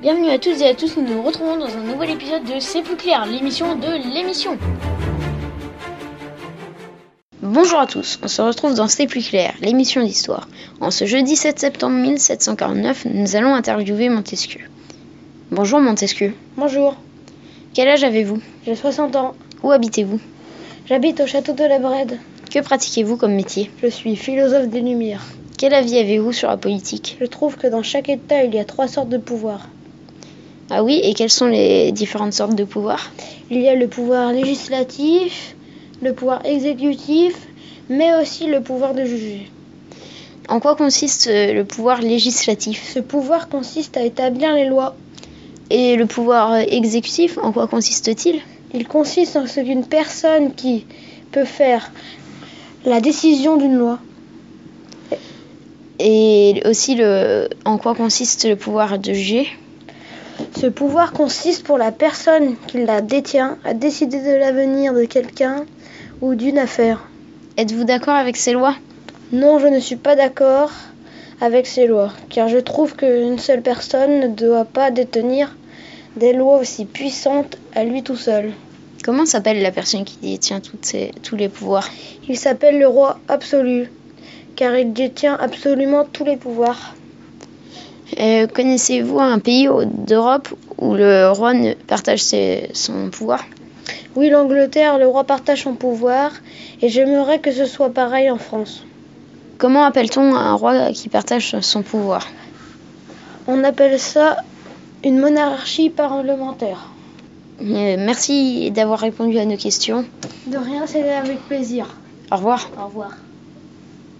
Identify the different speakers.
Speaker 1: Bienvenue à toutes et à tous, nous nous retrouvons dans un nouvel épisode de C'est plus clair, l'émission de l'émission. Bonjour à tous, on se retrouve dans C'est plus clair, l'émission d'histoire. En ce jeudi 7 septembre 1749, nous allons interviewer Montesquieu. Bonjour Montesquieu,
Speaker 2: Bonjour,
Speaker 1: quel âge avez-vous
Speaker 2: j'ai 60 ans.
Speaker 1: Où habitez-vous
Speaker 2: J'habite au château de la Brède.
Speaker 1: Que pratiquez-vous comme métier
Speaker 2: Je suis philosophe des Lumières.
Speaker 1: Quel avis avez-vous sur la politique
Speaker 2: Je trouve que dans chaque État, il y a trois sortes de pouvoirs.
Speaker 1: Ah oui, et quelles sont les différentes sortes de pouvoirs
Speaker 2: Il y a le pouvoir législatif, le pouvoir exécutif, mais aussi le pouvoir de juger.
Speaker 1: En quoi consiste euh, le pouvoir législatif
Speaker 2: Ce pouvoir consiste à établir les lois.
Speaker 1: Et le pouvoir euh, exécutif, en quoi consiste-t-il
Speaker 2: Il consiste en ce qu'une personne qui peut faire la décision d'une loi.
Speaker 1: Et aussi le, en quoi consiste le pouvoir de juger
Speaker 2: Ce pouvoir consiste pour la personne qui la détient à décider de l'avenir de quelqu'un ou d'une affaire.
Speaker 1: Êtes-vous d'accord avec ces lois
Speaker 2: Non, je ne suis pas d'accord avec ces lois, car je trouve qu'une seule personne ne doit pas détenir des lois aussi puissantes à lui tout seul.
Speaker 1: Comment s'appelle la personne qui détient toutes ces- tous les pouvoirs
Speaker 2: Il s'appelle le roi absolu, car il détient absolument tous les pouvoirs.
Speaker 1: Euh, Connaissez-vous un pays au- d'Europe où le roi ne partage ses- son pouvoir
Speaker 2: Oui, l'Angleterre, le roi partage son pouvoir, et j'aimerais que ce soit pareil en France.
Speaker 1: Comment appelle-t-on un roi qui partage son pouvoir
Speaker 2: On appelle ça une monarchie parlementaire.
Speaker 1: Euh, Merci d'avoir répondu à nos questions.
Speaker 2: De rien, c'était avec plaisir.
Speaker 1: Au revoir.
Speaker 2: Au revoir.